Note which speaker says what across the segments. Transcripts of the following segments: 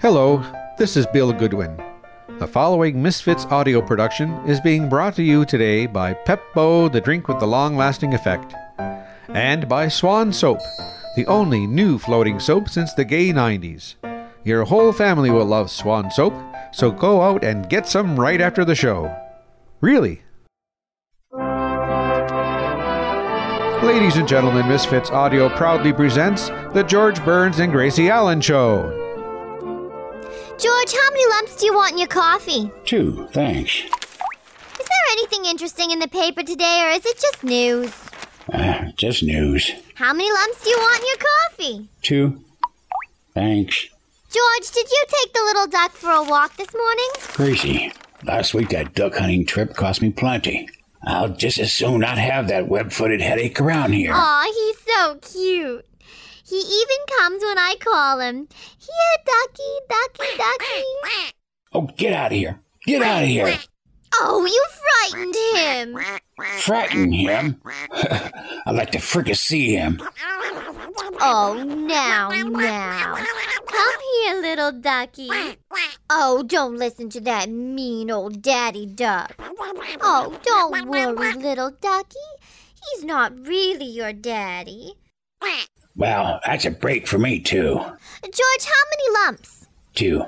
Speaker 1: Hello, this is Bill Goodwin. The following Misfits audio production is being brought to you today by Pepto, the drink with the long lasting effect, and by Swan Soap, the only new floating soap since the gay 90s. Your whole family will love Swan Soap, so go out and get some right after the show. Really. Ladies and gentlemen, Misfits Audio proudly presents The George Burns and Gracie Allen Show.
Speaker 2: George, how many lumps do you want in your coffee?
Speaker 3: Two, thanks.
Speaker 2: Is there anything interesting in the paper today, or is it just news?
Speaker 3: Uh, just news.
Speaker 2: How many lumps do you want in your coffee?
Speaker 3: Two, thanks.
Speaker 2: George, did you take the little duck for a walk this morning?
Speaker 3: Gracie, last week that duck hunting trip cost me plenty. I'll just as soon not have that web footed headache around here.
Speaker 2: Aw, he's so cute. He even comes when I call him. Here, ducky, ducky, ducky.
Speaker 3: Oh, get out of here. Get out of here.
Speaker 2: Oh, you frightened him.
Speaker 3: Frighten him. I'd like to fricassee him.
Speaker 2: Oh, now, now. Come here, little ducky. Oh, don't listen to that mean old daddy duck. Oh, don't worry, little ducky. He's not really your daddy.
Speaker 3: Well, that's a break for me, too.
Speaker 2: George, how many lumps?
Speaker 3: Two,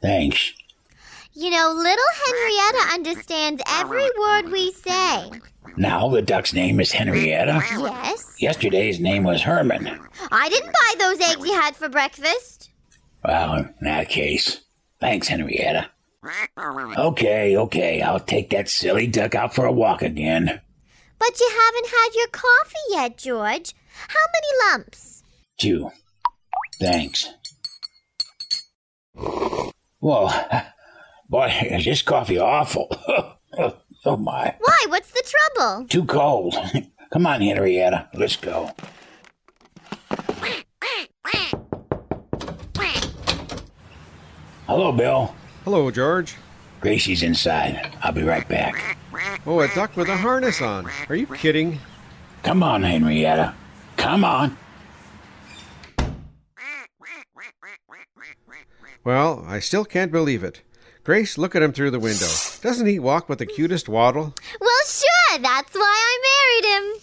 Speaker 3: thanks.
Speaker 2: You know, little Henrietta understands every word we say.
Speaker 3: Now the duck's name is Henrietta.
Speaker 2: Yes?
Speaker 3: Yesterday's name was Herman.
Speaker 2: I didn't buy those eggs you had for breakfast.
Speaker 3: Well, in that case, thanks, Henrietta. Okay, okay, I'll take that silly duck out for a walk again.
Speaker 2: But you haven't had your coffee yet, George. How many lumps?
Speaker 3: Two. Thanks. Whoa, boy, is this coffee awful? oh my,
Speaker 2: Why, what's the trouble?
Speaker 3: too cold. Come on, Henrietta, let's go. Hello, Bill.
Speaker 1: Hello, George.
Speaker 3: Gracie's inside. I'll be right back.
Speaker 1: Oh, a duck with a harness on. Are you kidding?
Speaker 3: Come on, Henrietta. Come on.
Speaker 1: Well, I still can't believe it. Grace, look at him through the window. Doesn't he walk with the cutest waddle?
Speaker 2: Well, sure, that's why I married him.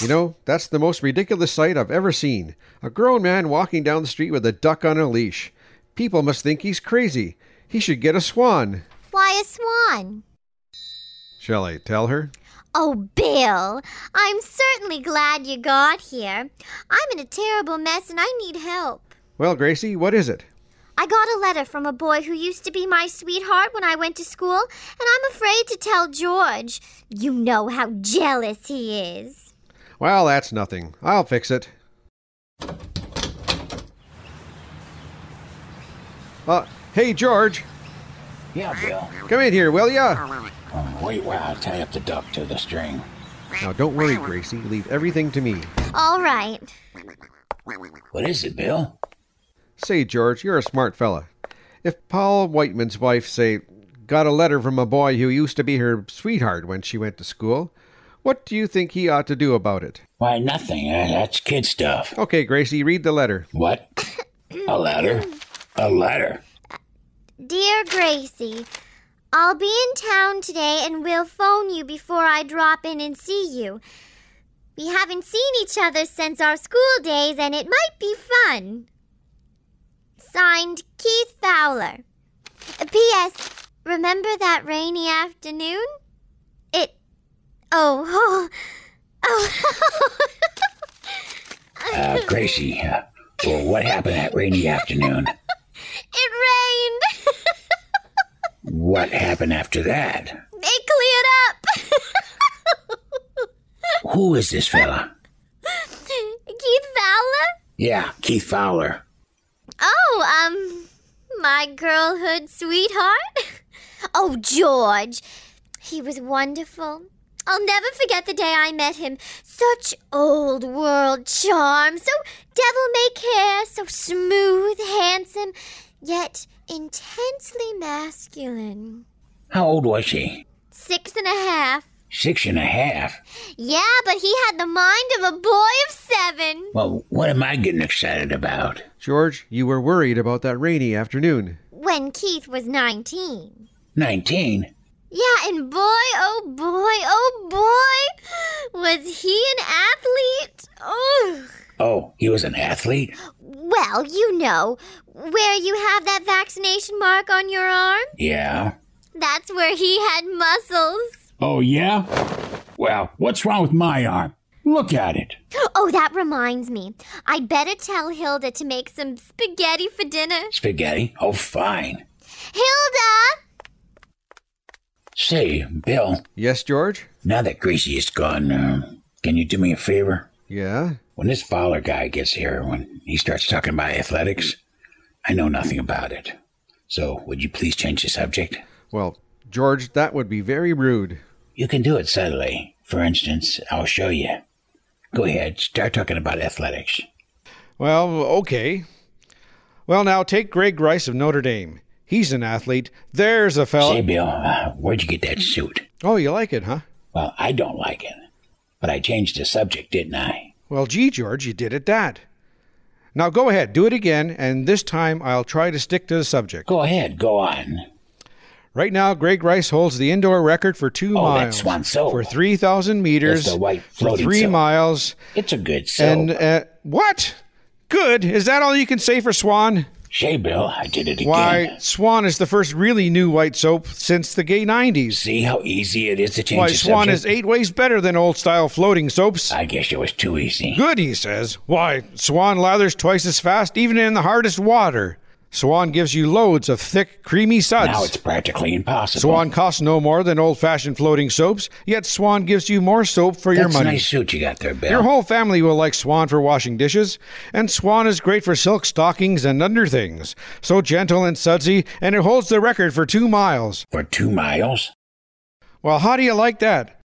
Speaker 1: You know, that's the most ridiculous sight I've ever seen. A grown man walking down the street with a duck on a leash. People must think he's crazy. He should get a swan.
Speaker 2: Why a swan?
Speaker 1: Shall I tell her?
Speaker 2: Oh, Bill, I'm certainly glad you got here. I'm in a terrible mess and I need help.
Speaker 1: Well, Gracie, what is it?
Speaker 2: I got a letter from a boy who used to be my sweetheart when I went to school, and I'm afraid to tell George. You know how jealous he is.
Speaker 1: Well, that's nothing. I'll fix it. Uh, hey, George,
Speaker 3: Yeah, Bill.
Speaker 1: come in here, will ya?
Speaker 3: Um, wait while I tie up the duck to the string.
Speaker 1: Now, don't worry, Gracie. Leave everything to me.
Speaker 2: All right.
Speaker 3: What is it, Bill?
Speaker 1: Say, George, you're a smart fella. If Paul Whiteman's wife, say, got a letter from a boy who used to be her sweetheart when she went to school, what do you think he ought to do about it?
Speaker 3: Why, nothing. Uh, that's kid stuff.
Speaker 1: Okay, Gracie, read the letter.
Speaker 3: What? A letter? A letter?
Speaker 2: Dear Gracie, I'll be in town today and will phone you before I drop in and see you. We haven't seen each other since our school days and it might be fun. Signed Keith Fowler. P.S. Remember that rainy afternoon? It. Oh, oh. Oh.
Speaker 3: Uh, Gracie, uh, well, what happened that rainy afternoon?
Speaker 2: it rained.
Speaker 3: What happened after that?
Speaker 2: it cleared up.
Speaker 3: Who is this fella?
Speaker 2: Keith Fowler?
Speaker 3: Yeah, Keith Fowler.
Speaker 2: Oh, um, my girlhood sweetheart. oh, George. He was wonderful. I'll never forget the day I met him. Such old world charm, so devil may care, so smooth, handsome, yet intensely masculine.
Speaker 3: How old was he?
Speaker 2: Six and a half.
Speaker 3: Six and a half.
Speaker 2: Yeah, but he had the mind of a boy of seven.
Speaker 3: Well, what am I getting excited about?
Speaker 1: George, you were worried about that rainy afternoon.
Speaker 2: When Keith was 19.
Speaker 3: 19?
Speaker 2: Yeah, and boy, oh boy, oh boy, was he an athlete? Oh.
Speaker 3: Oh, he was an athlete?
Speaker 2: Well, you know, where you have that vaccination mark on your arm,
Speaker 3: Yeah.
Speaker 2: that's where he had muscles.
Speaker 3: Oh, yeah? Well, what's wrong with my arm? Look at it.
Speaker 2: Oh, that reminds me. I'd better tell Hilda to make some spaghetti for dinner.
Speaker 3: Spaghetti? Oh, fine.
Speaker 2: Hilda!
Speaker 3: Say, Bill,
Speaker 1: Yes, George?
Speaker 3: now that Greasy is gone, um, can you do me a favor?
Speaker 1: Yeah?
Speaker 3: When this Fowler guy gets here, when he starts talking about athletics, I know nothing about it. So, would you please change the subject?
Speaker 1: Well, George, that would be very rude.
Speaker 3: You can do it subtly. For instance, I'll show you. Go ahead, start talking about athletics.
Speaker 1: Well, okay. Well, now take Greg Rice of Notre Dame. He's an athlete. There's a
Speaker 3: Say,
Speaker 1: fella.
Speaker 3: Bill, uh, where'd you get that suit?
Speaker 1: Oh, you like it, huh?
Speaker 3: Well, I don't like it. But I changed the subject, didn't I?
Speaker 1: Well, gee, George, you did it that. Now go ahead, do it again, and this time I'll try to stick to the subject.
Speaker 3: Go ahead, go on.
Speaker 1: Right now, Greg Rice holds the indoor record for two
Speaker 3: Oh,
Speaker 1: miles,
Speaker 3: that's one soap.
Speaker 1: for 3,000 meters,
Speaker 3: That's the white
Speaker 1: for
Speaker 3: floating
Speaker 1: three
Speaker 3: soap.
Speaker 1: miles,
Speaker 3: It's a good soap.
Speaker 1: and uh, what? Good. Is that all you can say for Swan?
Speaker 3: Say, Bill, I did it again.
Speaker 1: Why, Swan is the first really new white soap since the gay 90s.
Speaker 3: See how easy it is to change
Speaker 1: Why,
Speaker 3: the
Speaker 1: Swan
Speaker 3: subject?
Speaker 1: is eight ways better than old style floating soaps.
Speaker 3: I guess it was too easy.
Speaker 1: Good, he says. Why, Swan lathers twice as fast, even in the hardest water. Swan gives you loads of thick, creamy
Speaker 3: Now
Speaker 1: suds.
Speaker 3: it's practically impossible.
Speaker 1: Swan costs no more than old fashioned floating soaps, yet Swan gives you more soap for your
Speaker 3: That's a
Speaker 1: money.
Speaker 3: nice suit you got there, Bill.
Speaker 1: Your whole family will like Swan for washing dishes, and Swan is great for silk stockings and underthings. So gentle and sudsy, and it holds the record for two miles.
Speaker 3: For two miles?
Speaker 1: Well, how do you like that?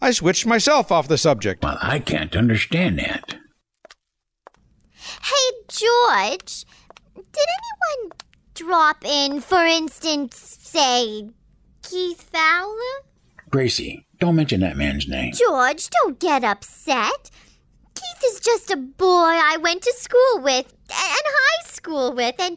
Speaker 1: I switched myself off the subject.
Speaker 3: Well, I can't understand that.
Speaker 2: Hey, George, did anyone drop in, for instance, say, Keith Fowler?
Speaker 3: Gracie, don't mention that man's name.
Speaker 2: George, don't get upset. Keith is just a boy I went to school with a- and high school with, and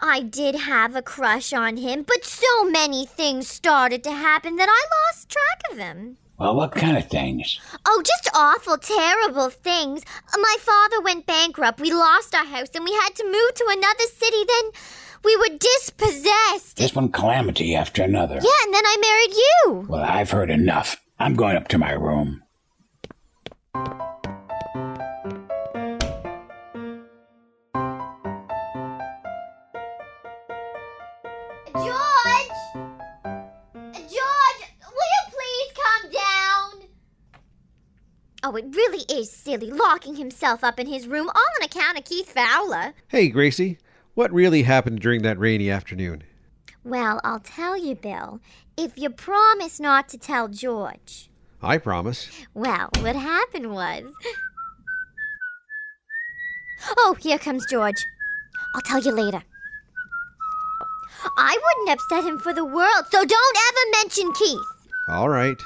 Speaker 2: I did have a crush on him, but so many things started to happen that I lost track of him.
Speaker 3: Well, what kind of things?
Speaker 2: Oh, just awful, terrible things. My father went bankrupt. We lost our house and we had to move to another city. Then we were dispossessed.
Speaker 3: Just one calamity after another.
Speaker 2: Yeah, and then I married you.
Speaker 3: Well, I've heard enough. I'm going up to my room.
Speaker 2: George! George, will you please come down? Oh, it really is silly locking himself up in his room all on account of Keith Fowler.
Speaker 1: Hey, Gracie, what really happened during that rainy afternoon?
Speaker 2: Well, I'll tell you, Bill, if you promise not to tell George.
Speaker 1: I promise.
Speaker 2: Well, what happened was. Oh, here comes George. I'll tell you later. I wouldn't upset him for the world, so don't ever mention Keith.
Speaker 1: All right.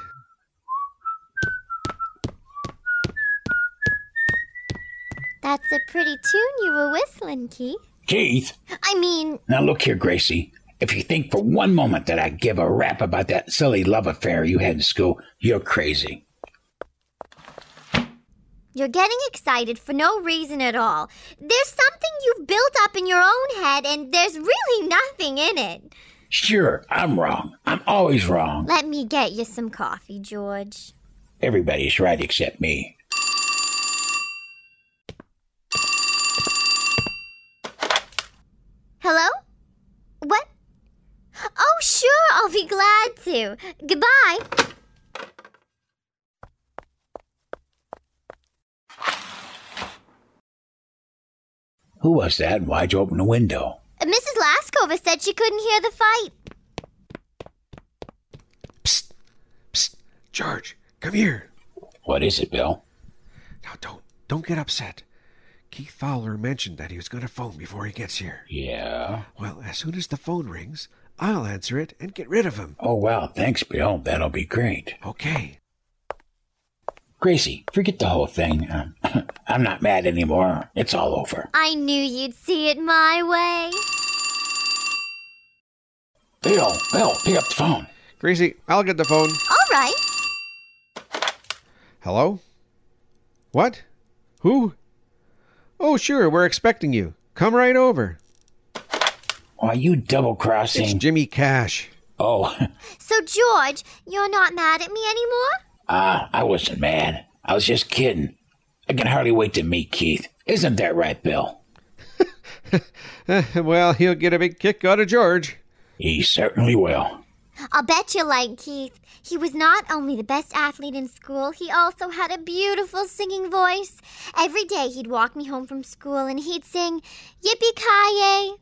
Speaker 2: That's a pretty tune you were whistling, Keith.
Speaker 3: Keith!
Speaker 2: I mean,
Speaker 3: Now look here, Gracie. If you think for one moment that I give a rap about that silly love affair you had in school, you're crazy.
Speaker 2: you're getting excited for no reason at all. There's something you've built up in your own head, and there's really nothing in it.
Speaker 3: Sure, I'm wrong. I'm always wrong.
Speaker 2: Let me get you some coffee, George.
Speaker 3: Everybody's right except me.
Speaker 2: Hello? What? Oh, sure, I'll be glad to. Goodbye.
Speaker 3: Who was that and why'd you open the window?
Speaker 2: Uh, Mrs. Laskova said she couldn't hear the fight.
Speaker 1: Psst, psst, George, come here.
Speaker 3: What is it, Bill?
Speaker 1: Now don't, don't get upset. Keith Fowler mentioned that he was going to phone before he gets here.
Speaker 3: Yeah.
Speaker 1: Well, as soon as the phone rings, I'll answer it and get rid of him.
Speaker 3: Oh, wow. Thanks, Bill. That'll be great.
Speaker 1: Okay.
Speaker 3: Gracie, forget the whole thing. Um, I'm not mad anymore. It's all over.
Speaker 2: I knew you'd see it my way.
Speaker 3: Bill, Bill, pick up the phone.
Speaker 1: Gracie, I'll get the phone.
Speaker 2: All right.
Speaker 1: Hello? What? Who? Oh, sure, we're expecting you. Come right over.
Speaker 3: Are you double
Speaker 1: It's
Speaker 3: crossing?
Speaker 1: Jimmy Cash.
Speaker 3: Oh,
Speaker 2: So, George, you're not mad at me anymore?
Speaker 3: ah, I wasn't mad. I was just kidding. I can hardly wait to meet Keith. Isn't that right, Bill?
Speaker 1: well, he'll get a big kick out of George.
Speaker 3: He certainly will.
Speaker 2: I'll bet you like Keith. He was not only the best athlete in school, he also had a beautiful singing voice. Every day he'd walk me home from school and he'd sing, Yippee Ki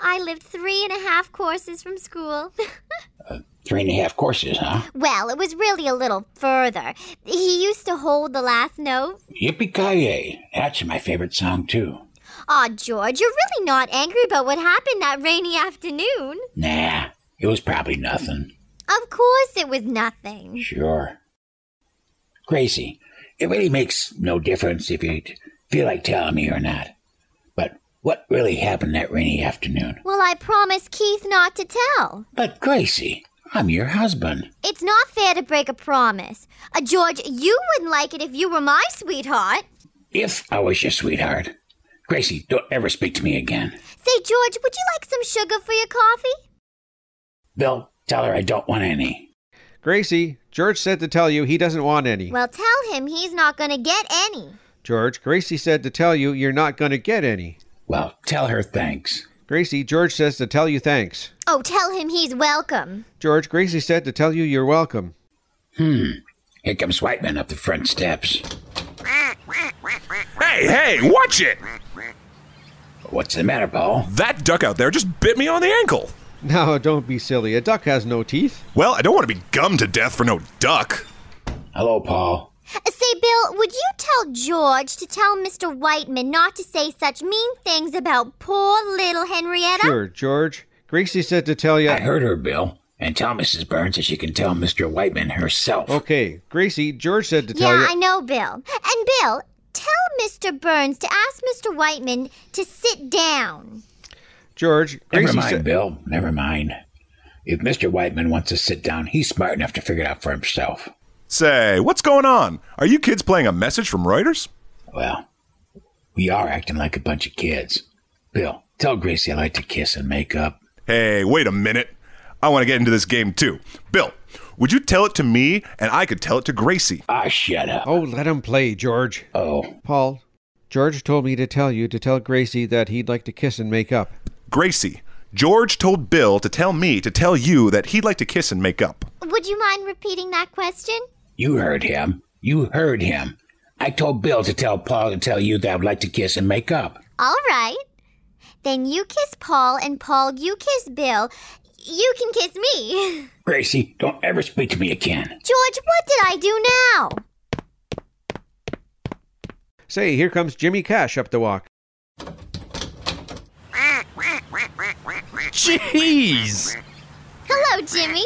Speaker 2: I lived three and a half courses from school.
Speaker 3: Three and a half courses, huh?
Speaker 2: well, it was really a little further. He used to hold the last note.
Speaker 3: Yippee ki That's my favorite song, too.
Speaker 2: Aw, George, you're really not angry about what happened that rainy afternoon.
Speaker 3: Nah, it was probably nothing.
Speaker 2: Of course it was nothing.
Speaker 3: Sure. Gracie, it really makes no difference if you feel like telling me or not. But what really happened that rainy afternoon?
Speaker 2: Well, I promised Keith not to tell.
Speaker 3: But Gracie, I'm your husband.
Speaker 2: It's not fair to break a promise. Uh, George, you wouldn't like it if you were my sweetheart.
Speaker 3: If I was your sweetheart. Gracie, don't ever speak to me again.
Speaker 2: Say, George, would you like some sugar for your coffee?
Speaker 3: Bill, tell her I don't want any.
Speaker 1: Gracie, George said to tell you he doesn't want any.
Speaker 2: Well, tell him he's not going to get any.
Speaker 1: George, Gracie said to tell you you're not going to get any.
Speaker 3: Well, tell her thanks.
Speaker 1: Gracie, George says to tell you thanks.
Speaker 2: Oh, tell him he's welcome.
Speaker 1: George, Gracie said to tell you you're welcome.
Speaker 3: Hmm. Here comes White Man up the front steps.
Speaker 4: Hey, hey, watch it!
Speaker 3: What's the matter, Paul?
Speaker 4: That duck out there just bit me on the ankle.
Speaker 1: Now, don't be silly. A duck has no teeth.
Speaker 4: Well, I don't want to be gummed to death for no duck.
Speaker 3: Hello, Paul.
Speaker 2: Uh, Say, Bill, would you tell George to tell Mr. Whiteman not to say such mean things about poor little Henrietta?
Speaker 1: Sure, George. Gracie said to tell you.
Speaker 3: I heard her, Bill. And tell Mrs. Burns that she can tell Mr. Whiteman herself.
Speaker 1: Okay, Gracie, George said to tell
Speaker 2: yeah,
Speaker 1: you.
Speaker 2: I know, Bill. And Bill, tell Mr. Burns to ask Mr. Whiteman to sit down.
Speaker 1: George, Gracie
Speaker 3: Never mind,
Speaker 1: said.
Speaker 3: Bill. Never mind. If Mr. Whiteman wants to sit down, he's smart enough to figure it out for himself.
Speaker 4: Say, what's going on? Are you kids playing a message from Reuters?
Speaker 3: Well, we are acting like a bunch of kids. Bill, tell Gracie I like to kiss and make up.
Speaker 4: Hey, wait a minute. I want to get into this game too. Bill, would you tell it to me and I could tell it to Gracie?
Speaker 3: Ah, shut up.
Speaker 1: Oh, let him play, George.
Speaker 3: Oh,
Speaker 1: Paul, George told me to tell you to tell Gracie that he'd like to kiss and make up.
Speaker 4: Gracie, George told Bill to tell me to tell you that he'd like to kiss and make up.
Speaker 2: Would you mind repeating that question?
Speaker 3: you heard him. You heard him. I told Bill to tell Paul to tell you that I would like to kiss and make up.
Speaker 2: All right. Then you kiss Paul, and Paul, you kiss Bill. You can kiss me.
Speaker 3: Gracie, don't ever speak to me again.
Speaker 2: George, what did I do now?
Speaker 1: Say, here comes Jimmy Cash up the walk.
Speaker 5: Jeez!
Speaker 2: Hello, Jimmy.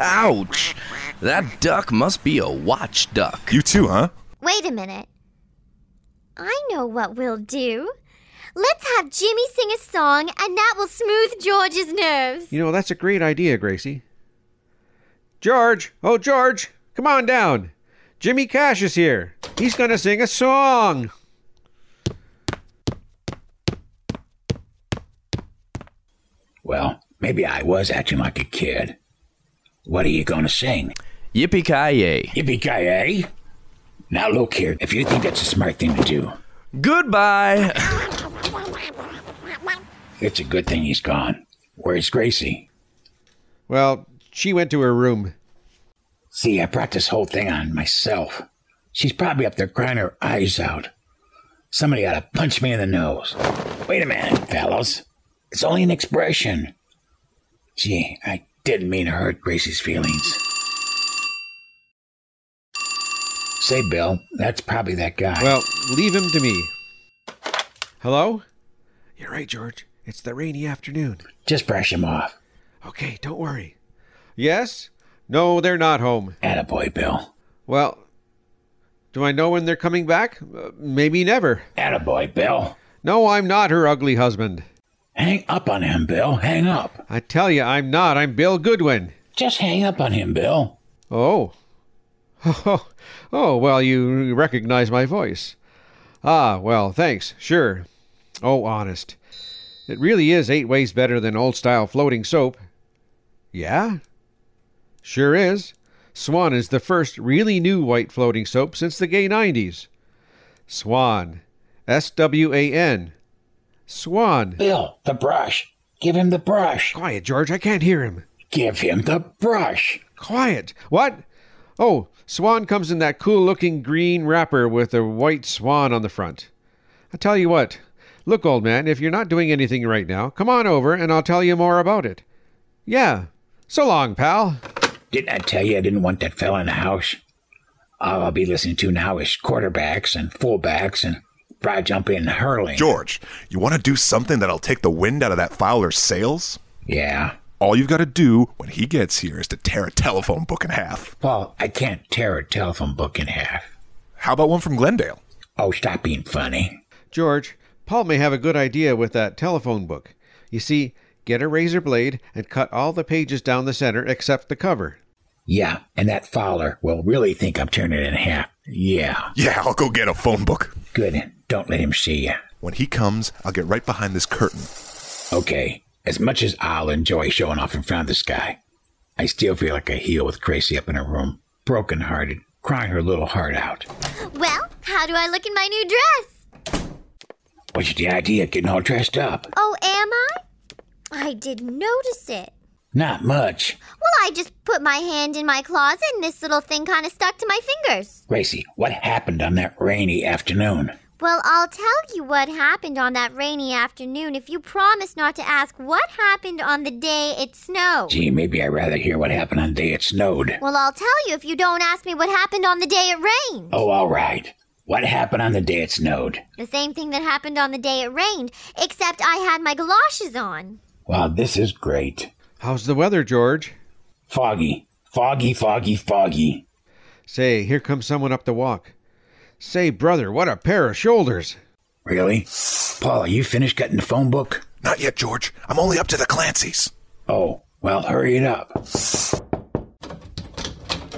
Speaker 5: Ouch! That duck must be a watch duck.
Speaker 4: You too, huh?
Speaker 2: Wait a minute. I know what we'll do. Let's have Jimmy sing a song, and that will smooth George's nerves.
Speaker 1: You know, that's a great idea, Gracie. George! Oh, George! Come on down! Jimmy Cash is here. He's going to sing a song.
Speaker 3: Well, maybe I was acting like a kid. What are you going to sing?
Speaker 5: Yippee ki
Speaker 3: Yippee ki Now look here. If you think that's a smart thing to do,
Speaker 5: Goodbye!
Speaker 3: it's a good thing he's gone. Where's Gracie?
Speaker 1: Well, she went to her room.
Speaker 3: See, I brought this whole thing on myself. She's probably up there crying her eyes out. Somebody ought to punch me in the nose. Wait a minute, fellas. It's only an expression. Gee, I didn't mean to hurt Gracie's feelings. Say, Bill, that's probably that guy.
Speaker 1: Well, leave him to me. Hello? You're right, George. It's the rainy afternoon.
Speaker 3: Just brush him off.
Speaker 1: Okay, don't worry. Yes? No, they're not home.
Speaker 3: Attaboy, Bill.
Speaker 1: Well, do I know when they're coming back? Uh, maybe never.
Speaker 3: Attaboy, Bill.
Speaker 1: No, I'm not her ugly husband.
Speaker 3: Hang up on him, Bill. Hang up.
Speaker 1: I tell you, I'm not. I'm Bill Goodwin.
Speaker 3: Just hang up on him, Bill.
Speaker 1: Oh. Oh, oh well, you recognize my voice. Ah, well, thanks. Sure. Oh, honest. It really is eight ways better than old style floating soap. Yeah? Sure is. Swan is the first really new white floating soap since the gay 90s. Swan. S W A N. Swan.
Speaker 3: Bill, the brush. Give him the brush.
Speaker 1: Quiet, George. I can't hear him.
Speaker 3: Give him the brush.
Speaker 1: Quiet. What? Oh, Swan comes in that cool looking green wrapper with a white swan on the front. I tell you what, look, old man, if you're not doing anything right now, come on over and I'll tell you more about it. Yeah. So long, pal.
Speaker 3: Didn't I tell you I didn't want that fella in the house? All I'll be listening to now is quarterbacks and fullbacks and broad jumping and hurling.
Speaker 4: George, you want to do something that'll take the wind out of that Fowler's sails?
Speaker 3: Yeah.
Speaker 4: All you've got to do when he gets here is to tear a telephone book in half.
Speaker 3: Paul, I can't tear a telephone book in half.
Speaker 4: How about one from Glendale?
Speaker 3: Oh, stop being funny.
Speaker 1: George, Paul may have a good idea with that telephone book. You see, get a razor blade and cut all the pages down the center except the cover.
Speaker 3: Yeah, and that Fowler will really think I'm tearing it in half. Yeah.
Speaker 4: Yeah, I'll go get a phone book.
Speaker 3: Good. Don't let him see you.
Speaker 4: When he comes, I'll get right behind this curtain.
Speaker 3: Okay, as much as I'll enjoy showing off in front of this guy, I still feel like a heel with Gracie up in her room, broken-hearted, crying her little heart out.
Speaker 2: Well, how do I look in my new dress?
Speaker 3: What's the idea of getting all dressed up?
Speaker 2: Oh, am I? I didn't notice it.
Speaker 3: Not much.
Speaker 2: Well, I just put my hand in my closet and this little thing kind of stuck to my fingers.
Speaker 3: Gracie, what happened on that rainy afternoon?
Speaker 2: Well, I'll tell you what happened on that rainy afternoon if you promise not to ask what happened on the day it snowed.
Speaker 3: Gee, maybe I'd rather hear what happened on the day it snowed.
Speaker 2: Well, I'll tell you if you don't ask me what happened on the day it rained.
Speaker 3: Oh, all right. What happened on the day it snowed?
Speaker 2: The same thing that happened on the day it rained, except I had my galoshes on.
Speaker 3: Wow, this is great.
Speaker 1: How's the weather, George?
Speaker 3: Foggy, foggy, foggy, foggy.
Speaker 1: Say, here comes someone up the walk. Say, brother, what a pair of shoulders!
Speaker 3: Really? Paul, are you finished getting the phone book?
Speaker 4: Not yet, George. I'm only up to the Clancy's.
Speaker 3: Oh, well, hurry it up.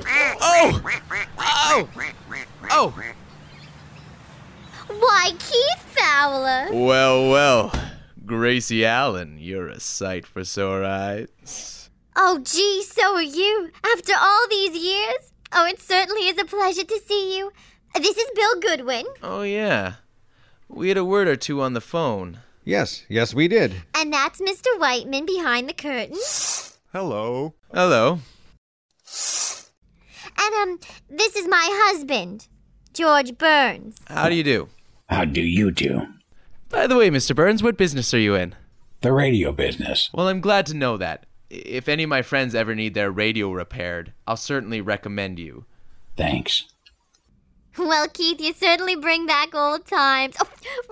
Speaker 5: Oh! Oh! Oh!
Speaker 2: Why, Keith Fowler!
Speaker 6: Well, well. Gracie Allen, you're a sight for sore eyes.
Speaker 2: Oh, gee, so are you. After all these years? Oh, it certainly is a pleasure to see you. This is Bill Goodwin,
Speaker 6: Oh, yeah. We had a word or two on the phone.
Speaker 1: Yes, yes, we did.
Speaker 2: and that's Mr. Whiteman behind the curtain.
Speaker 4: Hello.
Speaker 6: Hello.
Speaker 2: And, um, this is my husband, George Burns.
Speaker 6: How do you do?
Speaker 3: How do you do?
Speaker 6: By the way, Mr. Burns, what business are you in?
Speaker 3: The radio business.
Speaker 6: Well, I'm glad to know that. I- If any of my friends ever need their radio repaired, I'll certainly recommend you.
Speaker 3: Thanks.
Speaker 2: Well, Keith, you certainly bring back old times. Oh,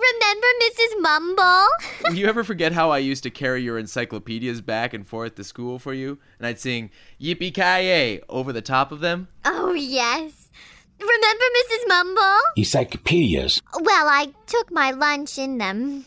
Speaker 2: remember Mrs. Mumble?
Speaker 6: Will you ever forget how I used to carry your encyclopedias back and forth to school for you? And I'd sing Yippee Ki over the top of them?
Speaker 2: oh, yes. Remember Mrs. Mumble?
Speaker 3: Encyclopedias.
Speaker 2: Well, I took my lunch in them.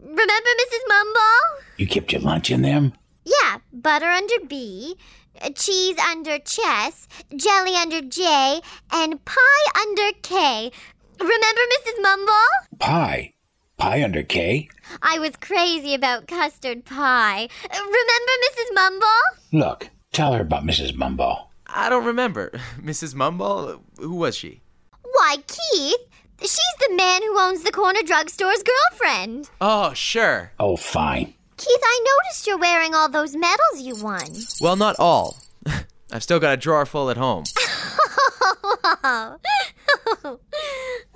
Speaker 2: Remember Mrs. Mumble?
Speaker 3: You kept your lunch in them?
Speaker 2: Yeah, butter under B, uh, cheese under chess, jelly under J, and pie under K. Remember Mrs. Mumble?
Speaker 3: Pie. Pie under K?
Speaker 2: I was crazy about custard pie. Uh, Remember Mrs. Mumble?
Speaker 3: Look, tell her about Mrs. Mumble.
Speaker 6: I don't remember. Mrs. Mumble? Who was she?
Speaker 2: Why, Keith, she's the man who owns the corner drugstore's girlfriend.
Speaker 6: Oh, sure.
Speaker 3: Oh, fine.
Speaker 2: Keith, I noticed you're wearing all those medals you won.
Speaker 6: Well, not all. I've still got a drawer full at home.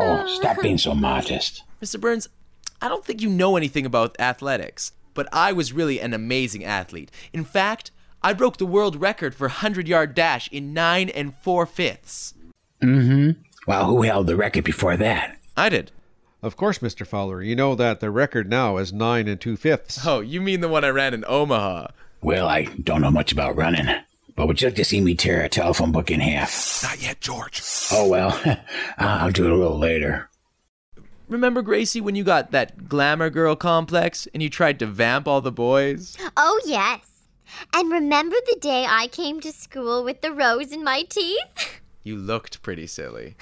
Speaker 3: Oh, stop being so modest.
Speaker 6: Mr. Burns, I don't think you know anything about athletics, but I was really an amazing athlete. In fact, I broke the world record for 100 yard dash in 9 and 4 fifths.
Speaker 3: Well, who held the record before that?
Speaker 6: I did.
Speaker 1: Of course, Mr. Fowler, you know that the record now is nine and two fifths.
Speaker 6: Oh, you mean the one I ran in Omaha?
Speaker 3: Well, I don't know much about running, but would you like to see me tear a telephone book in half?
Speaker 4: Not yet, George.
Speaker 3: Oh, well, I'll do it a little later.
Speaker 6: Remember, Gracie, when you got that glamour girl complex and you tried to vamp all the boys?
Speaker 2: Oh, yes. And remember the day I came to school with the rose in my teeth?
Speaker 6: You looked pretty silly.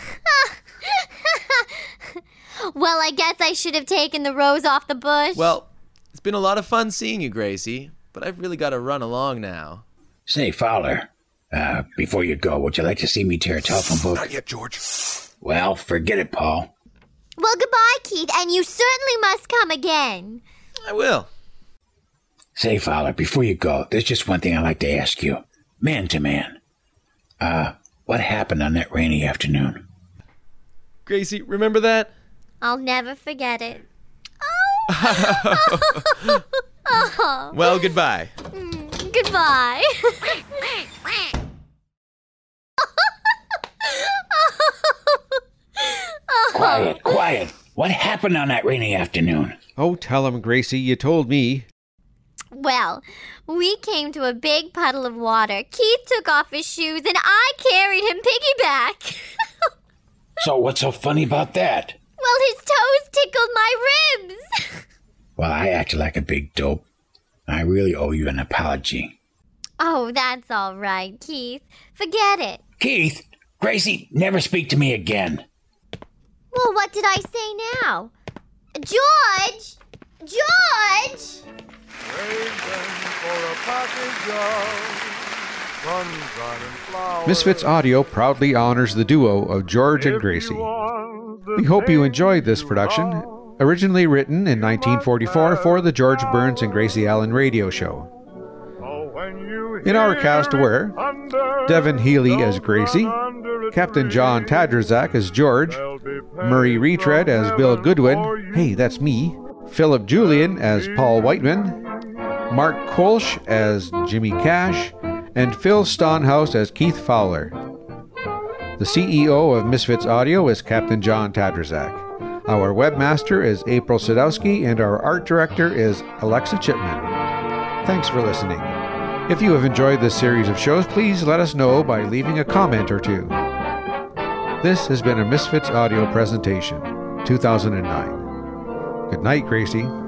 Speaker 2: Well, I guess I should have taken the rose off the bush.
Speaker 6: Well, it's been a lot of fun seeing you, Gracie, but I've really got to run along now.
Speaker 3: Say, Fowler, uh, before you go, would you like to see me tear a telephone book?
Speaker 4: Not yet, George.
Speaker 3: Well, forget it, Paul.
Speaker 2: well, goodbye, Keith, and you certainly must come again.
Speaker 6: I will.
Speaker 3: Say, Fowler, before you go, there's just one thing I'd like to ask you, man to man. Uh, what happened on that rainy afternoon?
Speaker 6: Gracie, remember that?
Speaker 2: I'll never forget it.
Speaker 6: Well, goodbye.
Speaker 2: Goodbye.
Speaker 3: Quiet, quiet. What happened on that rainy afternoon?
Speaker 1: Oh, tell him, Gracie, you told me.
Speaker 2: well, we came to a big puddle of water. Keith took off his shoes, and I carried him piggyback.
Speaker 3: So, what's so funny about that?
Speaker 2: well, his toes tickled my ribs.
Speaker 3: Well, I acted like a big dope. I really owe you an apology.
Speaker 2: oh, that's all right, Keith. Forget it.
Speaker 3: Keith, Gracie, never speak to me again.
Speaker 2: Well, what did I say now? George! George!
Speaker 1: Misfits Audio proudly honors the duo of George and Gracie. We hope you enjoyed this production, originally written in 1944 for the George Burns and Gracie Allen radio show. In our cast were Devin Healy as Gracie, Captain John Tadrazak as George, Murray Retread as Bill Goodwin, hey, that's me, Philip Julian as Paul Whiteman, Mark Kolsch as Jimmy Cash, and Phil Stonhouse as Keith Fowler. The CEO of Misfits Audio is Captain John Tadrazak. Our webmaster is April Sadowski, and our art director is Alexa Chipman. Thanks for listening. If you have enjoyed this series of shows, please let us know by leaving a comment or two. This has been a Misfits Audio presentation, 2009. Good night, Gracie.